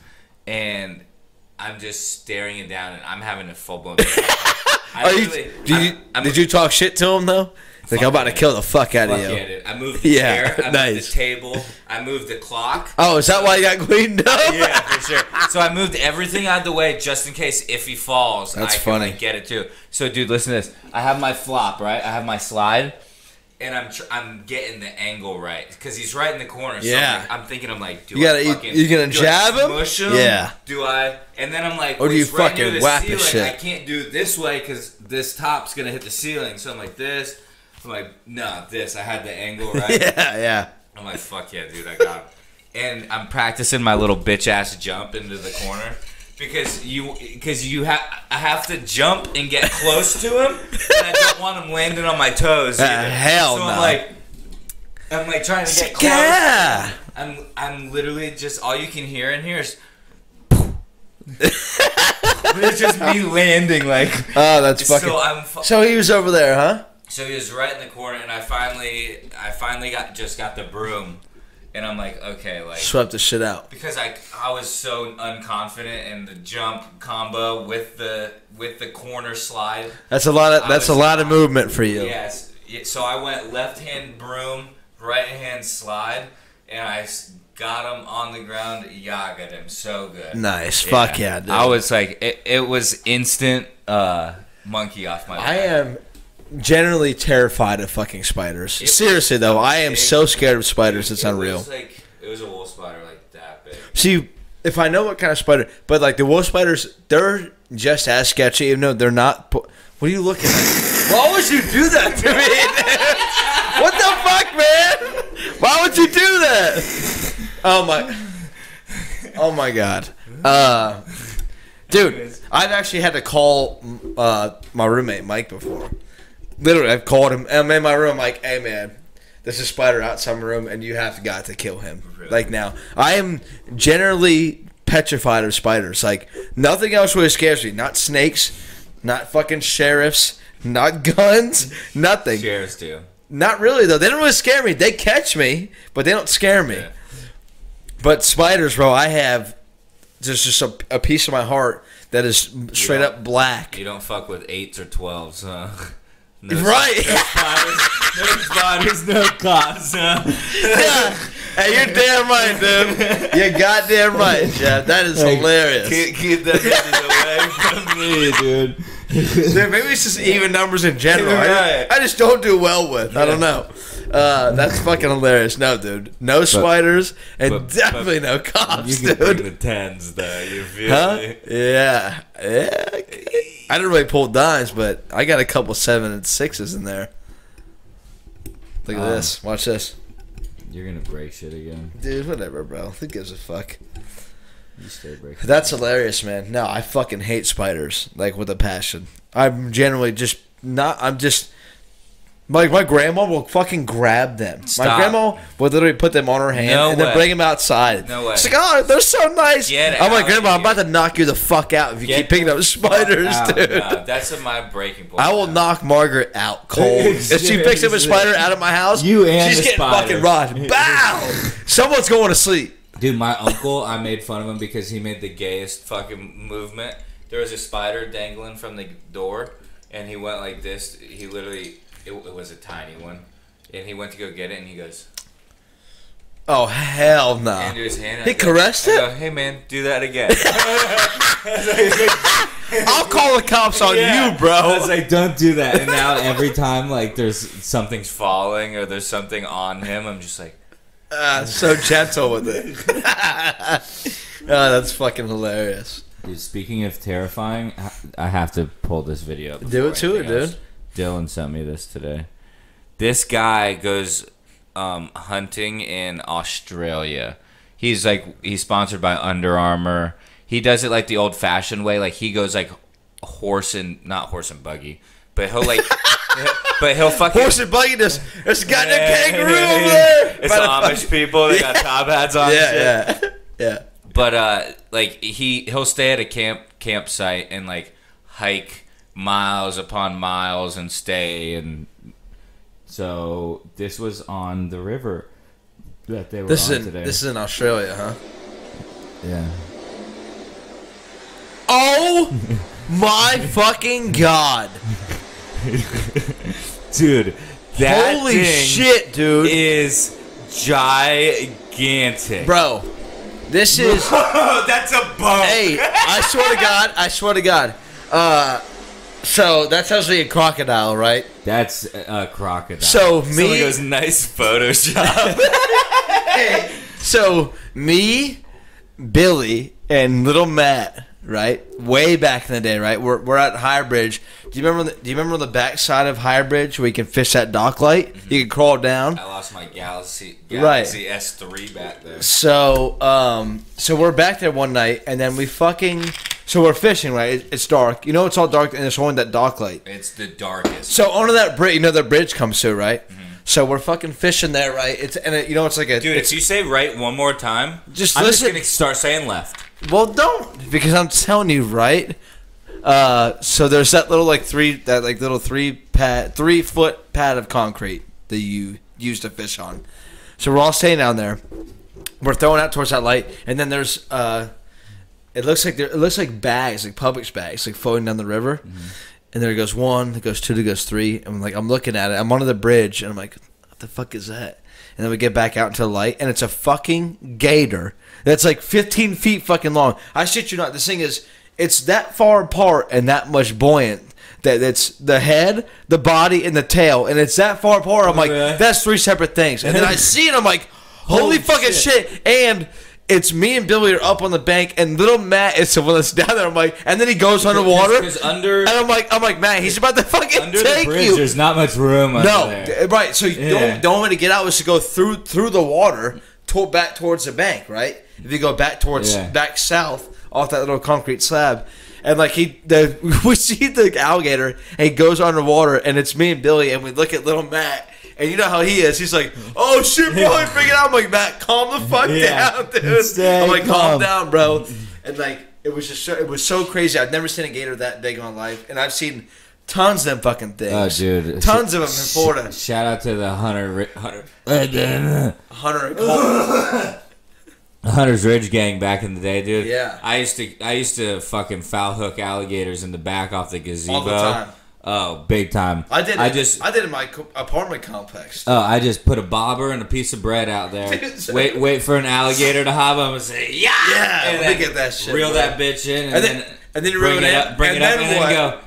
B: and I'm just staring it down, and I'm having a
A: [LAUGHS]
B: full blown.
A: Are you, did you, did you talk shit to him though? Like I'm about to kill the fuck out of
B: Fuck
A: you.
B: yeah, dude. I moved
A: [LAUGHS]
B: the
A: Yeah,
B: chair. I moved
A: nice.
B: the table. I moved the clock.
A: Oh, is that why you got cleaned up?
B: yeah, for sure. So I moved everything out of the way just in case if he falls,
A: That's
B: I can
A: funny.
B: like, get it too. So, dude, listen to this. I have my flop right. I have my slide, and I'm tr- I'm getting the angle right because he's right in the corner. So
A: Yeah.
B: I'm, like- I'm thinking I'm like, do
A: You
B: I
A: gotta- you-
B: fucking
A: you gonna
B: do I
A: jab him?
B: smush him?
A: Yeah.
B: Do I? And then I'm like,
A: Or do
B: well,
A: you
B: he's right near
A: fucking
B: the
A: whack his
B: ceiling.
A: shit?
B: I can't do it this way because this top's gonna hit the ceiling. So I'm like this. I'm like, nah, this. I had
A: [LAUGHS]
B: the angle
A: [LAUGHS]
B: right.
A: yeah, yeah.
B: I'm like, fuck yeah, dude, I got him. and I'm practicing my little bitch ass jump into the corner because you because you have I have to jump and get close to him, and I don't want him landing on my toes.
A: Uh,
B: Either.
A: hell
B: so
A: no.
B: I'm like, I'm like trying to get close.
A: Yeah.
B: I'm I'm literally just all you can hear in
A: [LAUGHS]
B: here is. [LAUGHS] it's just me landing like
A: Oh, that's fucking.
B: so
A: So,
B: I'm fu-
A: he was over there, huh?
B: so he was right in the corner, and I finally, I finally got just got the broom, and I'm like, okay, like
A: Swept the shit out.
B: because I I was so unconfident in the jump combo with the with the corner slide.
A: That's a lot of.
B: I
A: That's a
B: was
A: lot of
B: not-
A: movement for you.
B: Yes, yeah, so I went left hand broom, right hand slide, and I s- got him on the ground, yagaed him so good.
A: Nice. Fuck yeah, dude.
B: I was like, it, it was instant uh, monkey off my.
A: I am generally terrified of fucking spiders. Seriously though, I am
B: big.
A: so scared of spiders. It's
B: it
A: unreal.
B: Was like, it was a wool spider like that big.
A: See, if I know what kind of spider, but like the wolf spiders, they're just as sketchy. Even though they're not. po- What are you looking at? Why would you do that to [LAUGHS] me? dude?
B: [LAUGHS]
A: what the fuck, man? Why would you do that? Oh my. Oh my god. Uh, dude, I've actually had to call uh, my roommate Mike before. Literally, I've called him. I'm in my room, like, hey man, there's a spider outside my room, and you have got to kill him.
B: Really?
A: Like now, I am generally petrified of spiders. Like nothing else really scares me. Not snakes, not fucking sheriffs, not [LAUGHS] guns, nothing.
B: Shares too.
A: Not really though. They don't really scare me. They catch me, but they don't scare me.
B: Yeah.
A: But spiders, bro, I have there's just a, a piece of my heart that is straight
B: Yeah.
A: up black. [LAUGHS]
B: You don't fuck with eights or twelves, huh? [LAUGHS] No
A: Right.
B: No spiders, no cops, huh?
A: hey, you're damn right, [LAUGHS] dude. You're goddamn right, Jeff. That is hilarious.
B: Keep, keep them bitches away from me, dude.
A: Dude, maybe it's just even numbers in general.
B: Even
A: I,
B: right.
A: I just don't do well with. I don't know. Uh, that's fucking hilarious. No, dude. No spiders and
B: but- but
A: definitely no
B: You
A: cops,
B: can bring
A: dude.
B: the tens, though. You feel
A: Huh?
B: me?
A: Yeah. Yeah. I didn't really pull dimes, but I got a couple seven and sixes in there. Look at
C: Um,
A: this. Watch this.
C: You're gonna break shit again.
A: Dude, whatever, bro. Who gives a fuck?
C: You stay breaking.
A: That's hilarious, man. No, I fucking hate spiders, like with a passion. I'm generally just not. I'm just like my grandma will fucking grab them. My
B: Stop.
A: grandma would literally put them on her hand
B: No
A: and
B: way.
A: then bring them outside.
B: No way.
A: She's like, oh, they're so nice.
B: Get
A: I'm like,
B: out
A: grandma, I'm
B: of here.
A: about to knock you the fuck out if you
B: Get
A: keep picking up spiders,
C: out.
A: [LAUGHS] dude.
B: Oh, No, that's at my breaking point.
A: I will
B: now.
A: knock Margaret
C: [LAUGHS]
A: out cold. if she picks up a spider out of my house,
C: You and
A: she's
C: the
A: getting
C: spider.
A: fucking robbed. Bow! Someone's going to sleep.
C: Dude, my uncle, I made fun of him because he made the gayest.
B: fucking movement. There was a spider dangling from the door, and he went like this. He literally, it, it was a tiny one, and he went to go get it, and he goes
A: Oh hell no!
B: into his hand. and
A: He
B: I go-
A: caressed
B: I
A: it?
B: go, hey man, do that again.
A: I'll call the cops [LAUGHS] on
B: Yeah.
A: you, bro.
C: I
A: [LAUGHS]
C: was like, don't do that. And now every time, like, there's
B: Something's falling, or there's something on him. I'm just like,
A: Uh, so gentle with it. [LAUGHS] oh, that's fucking hilarious.
C: Dude, speaking of terrifying, I- I have to pull this video up.
A: Do it
C: before
A: to
C: anything
A: it,
C: else. Dylan sent me this today.
B: this guy goes um, hunting in Australia. He's like he's sponsored by Under Armour. He does it like the old fashioned way. Like he goes like horse and not horse and buggy, but he'll like, [LAUGHS] but he'll fucking
A: Horse and buggy, this it's got a
B: Yeah.
A: kangaroo over there.
B: It's
A: By the
B: Amish people. They got top hats on.
A: fuck- [LAUGHS]
B: and
A: Yeah,
B: shit.
A: yeah, [LAUGHS] yeah.
B: But uh, like he he'll stay at a camp campsite and like hike miles upon miles and stay and
C: So this was on the river that they were
A: This
C: on
A: is in,
C: today.
A: this is in Australia, huh?
C: yeah. [LAUGHS]
A: Oh my fucking god!
C: Dude, that
A: Holy
C: thing
A: shit, dude!
C: is
B: gigantic.
A: bro, this is
B: [LAUGHS] that's a bone.
A: hey, I swear to God, I swear to God. Uh, so that's actually a crocodile, right?
C: That's a crocodile.
A: So me,
B: Someone goes, nice Photoshop.
A: [LAUGHS] so me, Billy, and little Matt, right? Way back in the day, right? We're, we're at Higher Bridge. Do you remember? The, do you remember the backside of Higher Bridge where you can fish that dock light? You can crawl down.
B: I lost my Galaxy
A: Right.
B: Galaxy S3 back there.
A: So, um, so we're back there one night, and then we fucking. So we're fishing, right? It, it's dark. You know, it's all dark, and it's only that dock light.
B: It's the darkest.
A: So onto that bridge, you know, that bridge comes through, right? So we're fucking fishing there, right? It's and it, you know, it's like a
B: Dude,
A: It's,
B: if you say right one more time,
A: Just
B: I'm
A: listen.
B: just gonna start saying left.
A: well, don't because I'm telling you, right? Uh, so there's that little like three that like little three pad three foot pad of concrete that you used to fish on. So we're all staying down there. We're throwing out towards that light, and then there's uh, it looks like there it looks like bags, like Publix bags, like floating down the river. And there goes one, there goes two, there goes three. And I'm like, I'm looking at it. I'm under the bridge, and I'm like, what the fuck is that? And then we get back out into the light, and it's a fucking gator that's like 15 feet fucking long. I shit you not. This thing is, it's that far apart and that much buoyant that it's the head, the body, and the tail, and it's that far apart. I'm like,
C: Okay.
A: that's three separate things. And then I see it, I'm like,
C: [LAUGHS]
A: holy,
C: Holy
A: fucking shit. And it's me and Billy are up on the bank, and little Matt is the one that's [LAUGHS] down there. I'm like, and then he goes underwater.
C: Because under,
A: And I'm like, I'm like, man, he's about to fucking
C: under the
A: take
C: bridge,
A: you.
C: there's not much room under
A: No,
C: there.
A: d- right. So you
C: Yeah.
A: don't, the only way to get out is to go through through the water, to, back towards the bank, right? If you go back towards
C: Yeah.
A: back south off that little concrete slab, and like he, the, [LAUGHS] we see the alligator, and he goes underwater, and it's me and Billy, and we look at little Matt. And you know how he is. He's like, "Oh shit, bro!" He figured out. I'm like, "Matt, calm the fuck
C: Yeah.
A: down, dude."
C: Stay
A: I'm like, "Calm
C: calm.
A: down, bro." And like, it was just, so, it was so crazy. I've never seen a gator that big in my life, and I've seen tons of them fucking things.
C: Oh, dude.
A: Tons
C: Sh-
A: of them in Florida.
C: sh- Shout out to the Hunter, Ri- Hunter, [LAUGHS]
A: Hunter and Cole.
C: Hunter's Ridge gang back in the day, dude.
A: Yeah.
C: I used to, I used to fucking foul hook alligators in the back off the gazebo.
A: All the time.
C: Oh, big time.
A: I did. It,
C: I just,
A: I did it in my co- apartment complex. [LAUGHS]
C: Oh, I just put a bobber and a piece of bread out there.
A: Dude,
C: wait, wait for an alligator to hop. I'm gonna say, yeah,
A: Yeah,
C: and
A: let me
C: then
A: get that shit,
C: Reel
A: bro.
C: that bitch in, and,
A: And
C: then,
A: then- and then you
C: bring
A: ruin
C: it
A: it,
C: up, bring
A: and
C: it up,
A: then
C: and then go.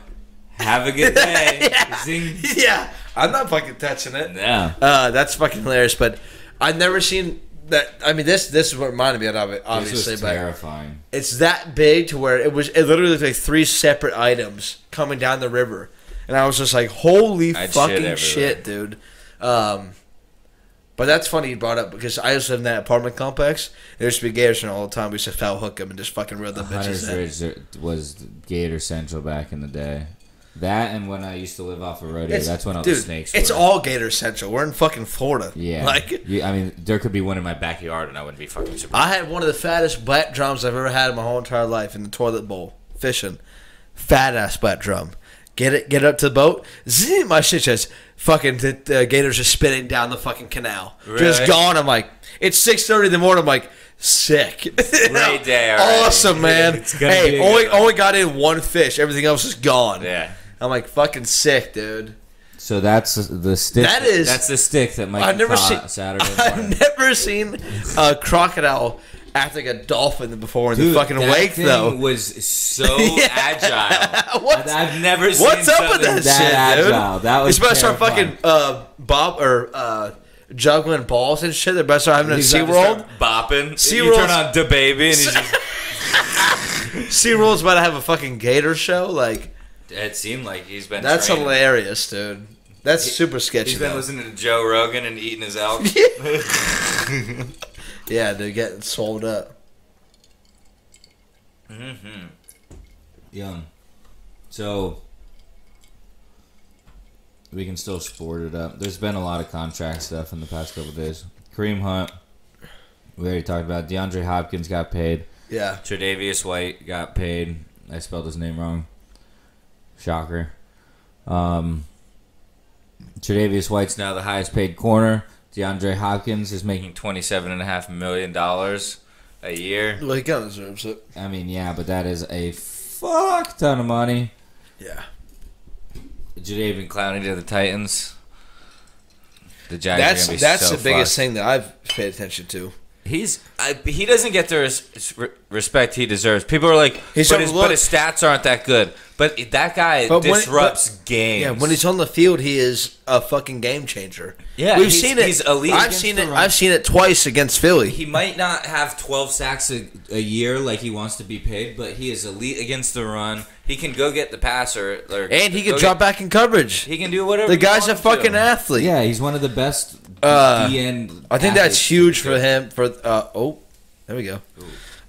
C: Have a
A: [LAUGHS]
C: good day.
A: Yeah.
C: Zing.
A: yeah, I'm not fucking touching it.
C: Yeah.
A: Uh, that's fucking hilarious. But I've never seen that. I mean, this this is what reminded me of
C: This
A: it, obviously.
C: was
A: But
C: terrifying.
A: it's that big to where it was. It literally looked like three separate items coming down the river, and I was just like, "Holy
B: I'd shit
A: fucking
B: everywhere.
A: shit, dude!" Um, but that's funny you brought up because I used to live in that apartment complex. There used to be gators in all the time. We used to foul hook them and just fucking reel the bitches
C: Hunter's
A: in.
C: Ridge there- was Gator Central back in the day. That and when I used to live off a rodeo,
A: It's-
C: that's when all the
A: dude,
C: snakes.
A: It's
C: were.
A: all Gator Central. We're in fucking Florida.
C: Yeah.
A: Like
C: You- I mean, there could be one in my backyard, and I wouldn't be fucking surprised.
A: I had one of the fattest black drums I've ever had in my whole entire life in the toilet bowl fishing. Fat ass black drum. Get it, get up to the boat. Zing, my shit just fucking the, the gators are spinning down the fucking canal, just
B: Really?
A: gone. I'm like, it's six thirty in the morning. I'm like, sick. [LAUGHS]
B: Great day already.
A: Awesome, man.
B: [LAUGHS] It's gonna be
A: hey,
B: a good
A: only
B: one.
A: only got in one fish. Everything else is gone.
B: Yeah.
A: I'm like fucking sick, dude.
C: So that's the stick.
A: That is-
C: that's the stick that Mike
A: I've never
C: caught
A: seen
C: Saturday. morning.
A: [LAUGHS] I've never seen a crocodile act like a dolphin before in
C: Dude,
A: the fucking
C: that
A: wake
C: thing
A: though.
C: Was so
A: [LAUGHS] Yeah.
C: agile.
A: [LAUGHS] What's-
C: I've never seen
A: What's up with
C: something
A: that, shit, dude?
C: agile. That was
A: You're supposed to start
C: terrifying.
A: fucking uh, bob or uh, juggling balls and shit. They're best start having a
C: He's about to
A: SeaWorld.
C: start-
B: Bopping.
A: Sea
B: you turn
A: rolls-
B: on the baby
A: [LAUGHS]
B: and he's just,
A: SeaWorld's about to have a fucking gator show. Like
B: it seemed like he's been
A: that's
B: training.
A: hilarious, dude. That's super sketchy.
B: He's been
A: though.
B: listening to Joe Rogan and eating his elk.
A: yeah, dude, getting sold up.
C: Yum. So we can still sport it up. There's been a lot of contract stuff in the past couple days. Kareem Hunt, we already talked about. DeAndre Hopkins got paid.
A: Yeah,
C: Tre'Davious White got paid. I spelled his name wrong. Shocker. Um, Tre'Davious White's now the highest paid corner. DeAndre Hopkins is making.
B: Making $27.5 million a year.
A: well, he kind of deserves it.
C: I mean, yeah, but that is a fuck ton of money.
A: Yeah,
B: Jadavian Clowney to the Titans. The Jags are
A: that's
B: gonna be
A: that's
B: so
A: the biggest
B: fucked.
A: thing that I've paid attention to.
B: He's I, he doesn't get the res- re- respect he deserves. People are like,
A: He's
B: but his,
A: overlooked.
B: but his stats aren't that good. But i- that guy
A: But when-
B: disrupts games.
A: Yeah, when he's on the field, he is a fucking game changer.
B: Yeah,
A: we've
B: he's-
A: seen it.
B: he's elite
A: I've
B: against
A: seen
B: the
A: it.
B: run.
A: I've seen it twice against Philly.
C: He might not have 12 sacks a, a year like he wants to be paid, but he is elite against the run.
B: he can go get the passer, or
A: and he
B: go
A: can drop back in coverage.
B: Get, Oh, he can do whatever.
A: the
B: you
A: guy's a
B: want
A: fucking
B: to.
A: athlete.
C: Yeah, he's one of the best
A: Uh,
C: DN.
A: I think that's
C: athletes.
A: huge for him. For uh, oh, there we go.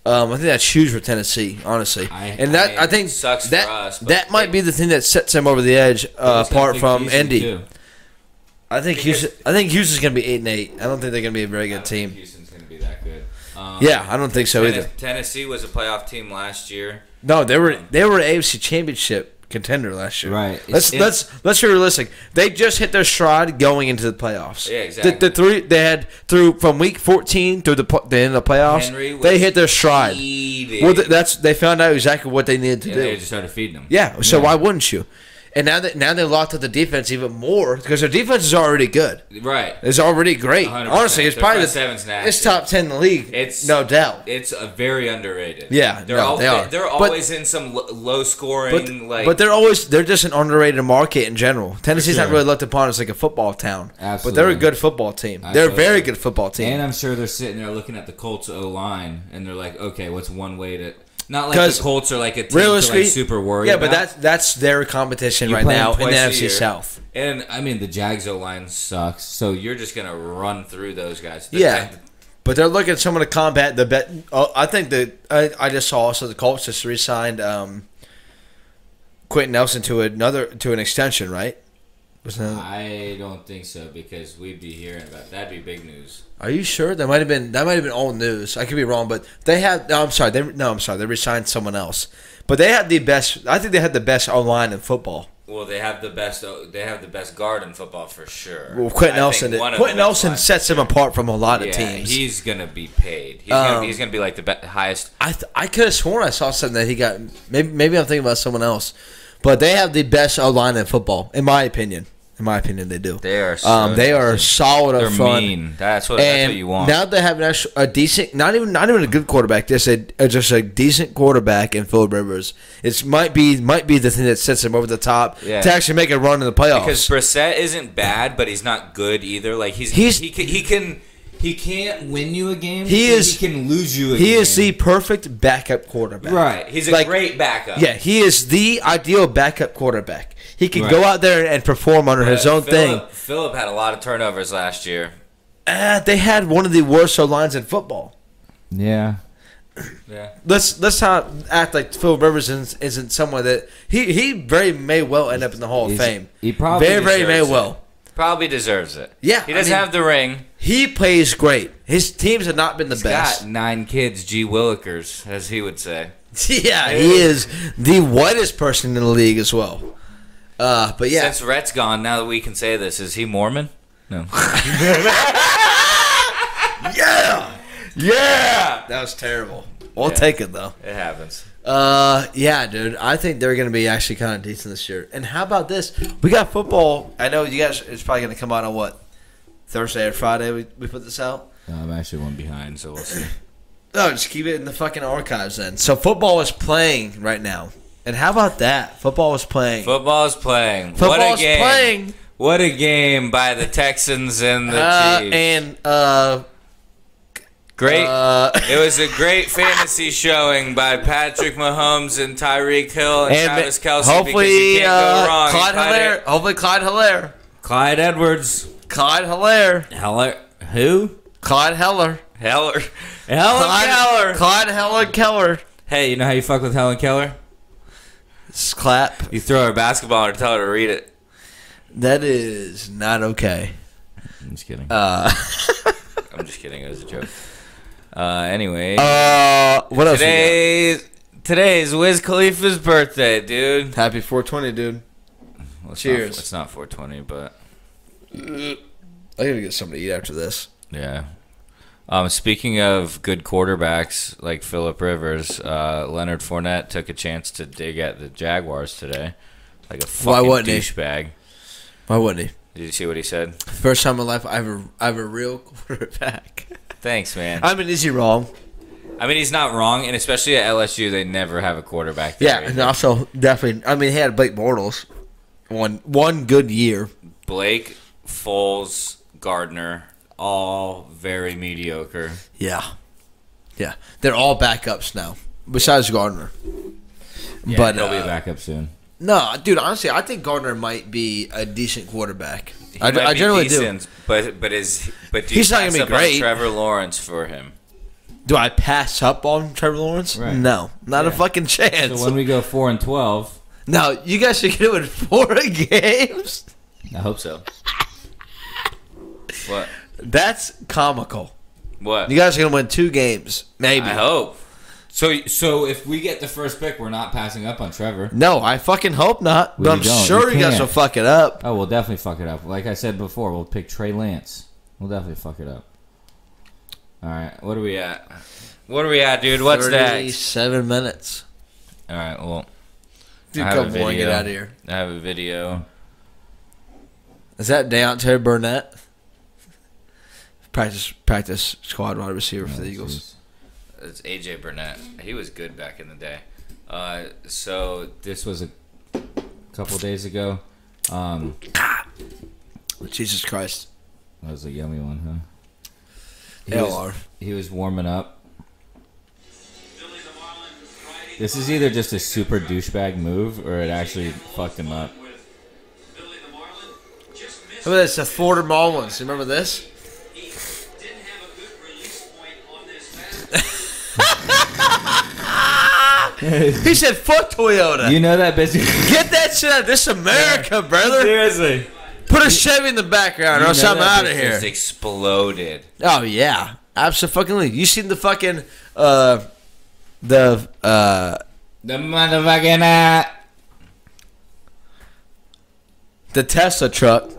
A: Um, I think that's huge for Tennessee, honestly.
C: I-
A: and that
B: I
A: I,
B: mean,
A: think
B: it sucks for
A: that
B: us, but
A: that might
B: they-
A: be the thing that sets him over the edge, uh,
C: He's got
A: apart
C: big
A: from
C: Houston,
A: Indy.
C: too.
A: I think Houston. I think Houston's gonna be eight and eight. I don't think they're gonna be a very
C: I
A: good
C: don't think
A: team.
C: Uh, Houston's going to be that good. Um,
A: Yeah, I don't think so
B: Tennes-
A: either.
B: Tennessee was a playoff team last year.
A: No, they were they were an AFC Championship contender last year.
C: Right.
A: Let's
C: It's-
A: let's let's be realistic. They just hit their stride going into the playoffs.
B: Yeah,
A: The- The,
B: exactly.
A: three they had through from week fourteen through the pl- the end of the playoffs.
B: Henry was
A: they hit their stride.
B: Eating.
A: Well, th- that's they found out exactly what they needed to
C: E. Yeah,
A: do.
C: they just started feeding him.
A: yeah, so why wouldn't you? And now that now they locked up the defense even more because their defense is already good.
C: Right.
A: It's already great.
C: 100%.
A: Honestly, it's
C: Their
A: probably the,
C: front seven's nasty.
A: it's top ten in the league.
B: It's-
A: It's no doubt.
C: It's a very underrated.
A: Yeah,
B: They're,
A: no,
B: all,
A: they are.
B: they're
A: But-
B: always in some l- low scoring,
A: but,
B: like
A: but they're always they're just an underrated market in general. Tennessee's not
C: sure.
A: really looked upon as like a football town, but they're
C: Absolutely.
A: a good football team. They're a
C: Absolutely.
A: very good football team.
C: And I'm sure they're sitting there looking at the Colts O line, and they're like, okay, what's one way to. Not like
A: 'Cause
C: the Colts are like a team
A: Realistically,
C: to like super worried
A: Yeah, but
C: about.
A: that's that's their competition
C: You
A: right
C: play 'em
A: now in
B: twice
A: the
B: a
A: NFC
B: year.
A: South.
C: And I mean, the Jags O line sucks, so you're just gonna run through those guys. The
A: Yeah.
C: Jags-
A: But they're looking at someone to combat the bet. Oh, I think the I, I just saw also the Colts just re-signed um, Quentin Nelson to another to an extension, right? Was that,
C: I don't think so because we'd be hearing about that'd be big news.
A: are you sure that might have been that might have been old news? I could be wrong, but they had. No, I'm sorry. They no, I'm sorry. They re-signed someone else, but they had the best. I think they had the best online in football.
B: Well, they have the best. uh, They have the best guard in football for sure.
A: Well, Quentin
B: I think
A: Nelson.
B: one of
A: Quentin
B: them is
A: Nelson
B: Lyman.
A: sets them apart from a lot of
B: Yeah,
A: teams.
B: he's gonna be paid. He's,
A: Um,
B: gonna, he's gonna be like the be- highest.
A: I th- I could have sworn I saw something that he got. Maybe maybe I'm thinking about someone else, but they have the best O line in football, in my opinion. In my opinion, they do.
B: They are. So
A: um, they are solid
B: They're
A: up front.
B: mean. That's what. that's
A: And
B: what you want.
A: now they have an actual, a decent, not even not even a good quarterback. Just a uh, just a decent quarterback in Philip Rivers. It might be might be the thing that sets him over the top
B: Yeah.
A: to actually make a run in the playoffs.
B: because Brissett isn't bad, but he's not good either. Like he's,
A: He's-
B: he can, he can
C: He can't win you a game.
A: He
C: but
A: is-
C: He can lose you. A
A: he
C: game.
A: is the perfect backup quarterback.
C: right. He's
B: he's a
A: Like-
B: great backup.
A: Yeah, he is the ideal backup quarterback. He can
C: Right.
A: go out there and perform under his own thing.
B: Philip had a lot of turnovers last year.
A: Uh, they had one of the worst O lines in football.
C: yeah.
B: Yeah.
A: Let's let's not act like Phil Rivers isn't, isn't someone that he he very may well end up in the Hall of
C: He's-
A: Fame.
C: he probably
A: very very
B: deserves
A: may
B: it.
A: well.
B: Probably deserves it.
A: Yeah,
B: He
A: I
B: doesn't
A: mean-
B: have the ring.
A: He plays great. His teams have not been the
B: He's
A: best.
B: got nine kids, G Willikers, as he would say.
A: [LAUGHS] yeah, he is the whitest person in the league as well. Uh, but yeah,
B: Since Rhett's gone, now that we can say this, is he Mormon? No.
A: yeah,
B: Yeah,
A: That was terrible. We'll
B: Yeah.
A: take it though.
B: it happens.
A: Uh, yeah, dude. I think they're going to be actually kind of decent this year. And how about this? We got football. I know you guys. It's probably going to come out on what Thursday or Friday. We, we put this out.
C: No, I'm Um, actually one behind, so we'll see.
A: No, just keep it in the fucking archives then. So football is playing right now. And how about that? Football is playing.
B: Football's playing. what
A: Football's
B: a game!
A: playing.
B: What a game by the Texans and the
A: Uh,
B: Chiefs.
A: and uh,
B: great.
A: uh,
B: it was a great fantasy showing by Patrick Mahomes and Tyreek Hill and, Travis Kelsey.
A: hopefully
B: because you can't
A: uh,
B: go wrong.
A: Clyde
B: And Clyde
A: Hilaire. Hopefully Clyde Hilaire.
C: Clyde Edwards.
A: Clyde Hilaire.
C: Heller. Who?
A: Clyde Heller.
B: Heller.
C: Helen
A: Clyde
C: Keller.
A: Clyde Heller Keller.
C: Hey, you know how you fuck with Helen Keller?
A: Just clap.
B: You throw her a basketball and tell her to read it.
A: That is not okay. Uh,
C: I'm just kidding.
B: Uh, I'm just kidding. It was a joke. Uh, anyway,
A: [LAUGHS] Uh, what else? we
B: today's today's Wiz Khalifa's birthday,
A: got?
B: dude.
A: Happy 420, dude.
B: Well, it's
A: Cheers.
B: Not, it's not 420, but
A: I gotta get something to eat after this.
B: yeah. Um, speaking of good quarterbacks like Philip Rivers, uh, Leonard Fournette took a chance to dig at the Jaguars today, like a
A: Why
B: fucking
A: wouldn't he?
B: douchebag.
A: Why wouldn't he?
B: Did you see what he said?
A: First time in my life, I have a, I have a real [LAUGHS] quarterback.
B: Thanks, man.
A: I mean, is he wrong?
B: I mean, he's not wrong, and especially at LSU, they never have a quarterback. there
A: Yeah,
B: either.
A: and also definitely. I mean, he had Blake Bortles, one one good year.
B: Blake, Foles, Gardner, all very mediocre.
A: Yeah, yeah, they're all backups now, besides Gardner. but
C: he'll be
A: uh,
C: back up soon.
A: no, dude, honestly, I think Gardner might be a decent quarterback.
B: He
A: I,
B: might
A: I
B: be
A: generally
B: decent, But but is but do
A: He's
B: you
A: not gonna
B: pass
A: be
B: up on
A: great.
B: Trevor Lawrence for him.
A: do. Do I pass up on Trevor Lawrence?
C: Right.
A: No, not a
C: Yeah.
A: fucking
C: So
A: chance.
C: when we go four and twelve,
A: no, you guys should get it [LAUGHS] four games.
C: I hope so.
B: What?
A: That's comical.
B: What?
A: You guys are gonna win two games, maybe.
B: I hope.
C: So so if we get the first pick, we're not passing up on Trevor.
A: No, I fucking hope not.
C: Well,
A: but
C: you
A: I'm
C: don't.
A: sure
C: You
A: you guys
C: can't.
A: will fuck it up.
C: Oh, we'll definitely fuck it up. Like I said before, we'll pick Trey Lance. We'll definitely fuck it up. All right, what are we at?
B: Yeah. What are we at, dude? What's next?
A: Thirty-seven minutes.
B: All right. Well,
A: Dude,
B: I have a
A: come on,
B: video.
A: get out of here.
B: I have a video.
A: Is that Deontay Burnett? Practice, practice squad wide
C: Oh,
A: receiver for the Eagles.
C: Jeez.
B: It's AJ Burnett. He was good back in the day. Uh, so
C: This was a couple days ago. Um,
A: Jesus Christ,
C: that was a yummy one, huh? He was,
A: LR.
C: he was warming up. This is either just a super douchebag move or it actually fucked him up.
A: Remember this, the Ford and Mullins. Remember this? He said, "Fuck Toyota.
C: You know that busy.
A: Get that shit out of this America,
C: [LAUGHS]
A: brother.
C: Seriously.
A: Put a Chevy in the background, or
C: You
A: else
C: know
A: I'm
C: that
A: out of here."
B: it's exploded.
A: Oh yeah, absolutely. You seen the fucking uh, the uh,
C: The motherfucking uh,
A: the Tesla truck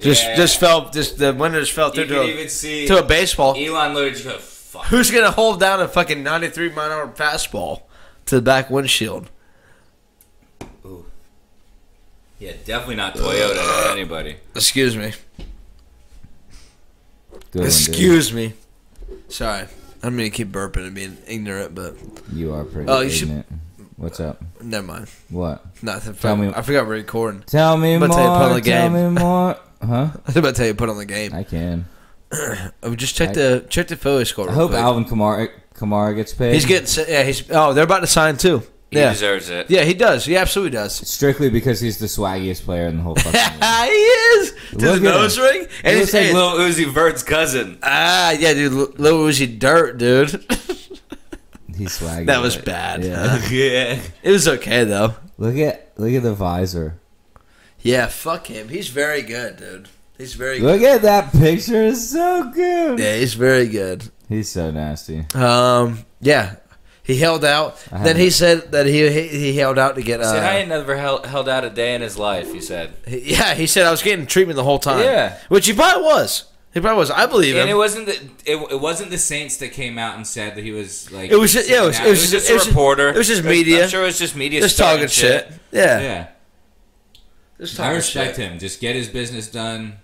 A: just
B: Yeah.
A: just fell just the window just fell
B: You
A: through to
B: can
A: a,
B: even see
A: to a baseball.
B: Elon literally just go, fuck.
A: Who's gonna hold down a fucking ninety three mile an hour fastball to the back windshield?
B: Yeah, definitely not Toyota or anybody.
A: Excuse me.
C: Good Excuse.
A: Excuse me. Sorry, I'm gonna keep burping and being ignorant, but
C: You are pretty
A: Oh, you should-
C: ignorant. What's up?
A: never mind.
C: What?
A: Nothing.
C: Tell me-
A: I forgot we're recording.
C: Tell me
A: I'm
C: more.
A: about to tell you part of
C: Tell
A: the game.
C: me more. Huh?
A: I was about to tell you put on the game.
C: I can.
A: Oh, just check the check the Philly score.
C: I
A: real
C: hope
A: quick.
C: Alvin Kamara Kamara gets paid.
A: He's getting. si- Yeah, he's. Oh, they're about to sign too.
B: He
A: Yeah,
B: deserves it.
A: yeah, he does. He absolutely does. [LAUGHS]
C: strictly because he's the swaggiest player in the whole
A: he [LAUGHS]
C: fucking league.
A: is. Dude,
C: Look at
A: his nose ring and
C: looks
A: his
C: like
A: head.
B: Lil Uzi Vert's cousin.
A: ah, yeah, dude, Lil Lil Uzi Dirt, dude. [LAUGHS]
C: He's swaggy.
A: that was
C: but-
A: bad.
C: Yeah.
B: [LAUGHS] yeah.
A: It was okay though.
C: Look at look at the visor.
A: Yeah, fuck him. He's very good, dude. He's very good.
C: Look at that picture. It's so good.
A: Yeah, he's very good.
C: He's so nasty.
A: Um, yeah, he held out.
C: I
A: Then he
C: haven't-
A: said that he he he held out to get.
B: He said, I
A: Uh,
B: ain't never held, held out a day in his life, he said.
A: he- yeah, he said I was getting treatment the whole time.
B: Yeah.
A: which he probably was. He probably was. I believe
C: And it
A: him.
C: wasn't the it, it wasn't the Saints that came out and said that he was like
A: It was just yeah. It was, it
C: it
A: was
B: It was
A: just,
B: just
A: it
B: a
A: was just-
B: reporter.
A: It was just
B: I'm
A: media.
B: sure it was just media.
A: Just
B: starting
A: talking shit. Yeah.
C: yeah.
A: Just
C: I
A: talking
C: respect
A: shit.
C: him. Just get his business done.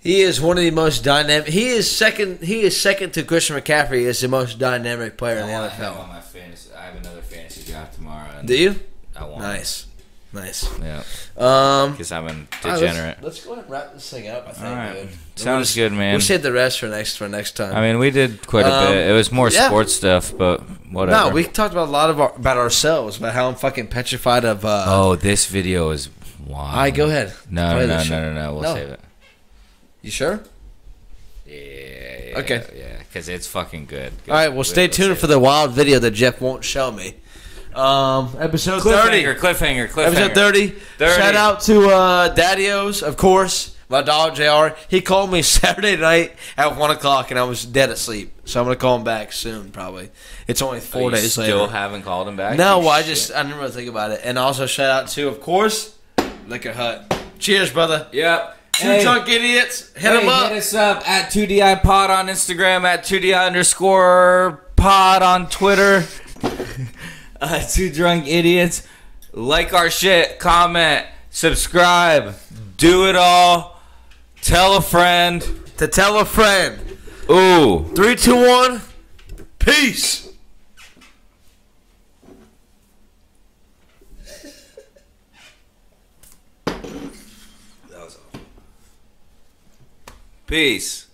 A: He is one of the most dynamic. He is second. He is second to Christian McCaffrey as the most dynamic player in the
C: I have
A: NFL.
C: on my fantasy. I have another fantasy draft tomorrow. and
A: Do you?
C: I want.
A: Nice, nice.
B: Yeah,
A: Um,
B: because I'm a
A: all right,
B: degenerate.
A: let's, let's go ahead and wrap this thing up. I think.
B: All right,
A: dude.
B: sounds
A: just-
B: good, man.
A: We'll save the rest for next for next time.
B: I mean, we did quite a
A: Um,
B: bit. It was more
A: yeah.
B: sports stuff, but
A: No,
B: whatever.
A: we talked about a lot of our, about ourselves, about how I'm fucking petrified of. Uh,
B: Oh, this video is wild.
A: All right, go ahead.
B: No,
A: Play
B: no, no,
A: this shit.
B: no, no. We'll
A: No.
B: save it.
A: You sure?
B: Yeah. yeah
A: Okay.
B: Yeah, because it's fucking good.
A: All right. Well, stay tuned for the wild video that Jeff won't show me. Um, episode thirty.
B: cliffhanger, cliffhanger, cliffhanger.
A: Episode 30.
B: 30.
A: Shout out to uh, Daddy O's, of course, my dog JR. He called me [LAUGHS] Saturday night at 1 o'clock and I was dead asleep. So I'm going to call him back soon, probably. It's only
B: Oh, you
A: four days
B: still
A: later.
B: haven't called him back?
A: no,
B: You
A: well, I
B: shit.
A: just, I didn't really think about it. And also, shout out to, of course, Liquor Hut. Cheers, brother.
B: Yep.
A: Two
B: Hey.
A: drunk idiots. Hit
B: Hey,
A: them up.
B: Hit us up at 2DI Pod on Instagram, at 2DI underscore pod on
A: [LAUGHS]
B: Twitter. uh, two drunk idiots. Like our shit, comment, subscribe, do it all. Tell a friend.
A: To tell a friend.
B: Ooh.
A: Three, two, one. Peace.
B: Peace.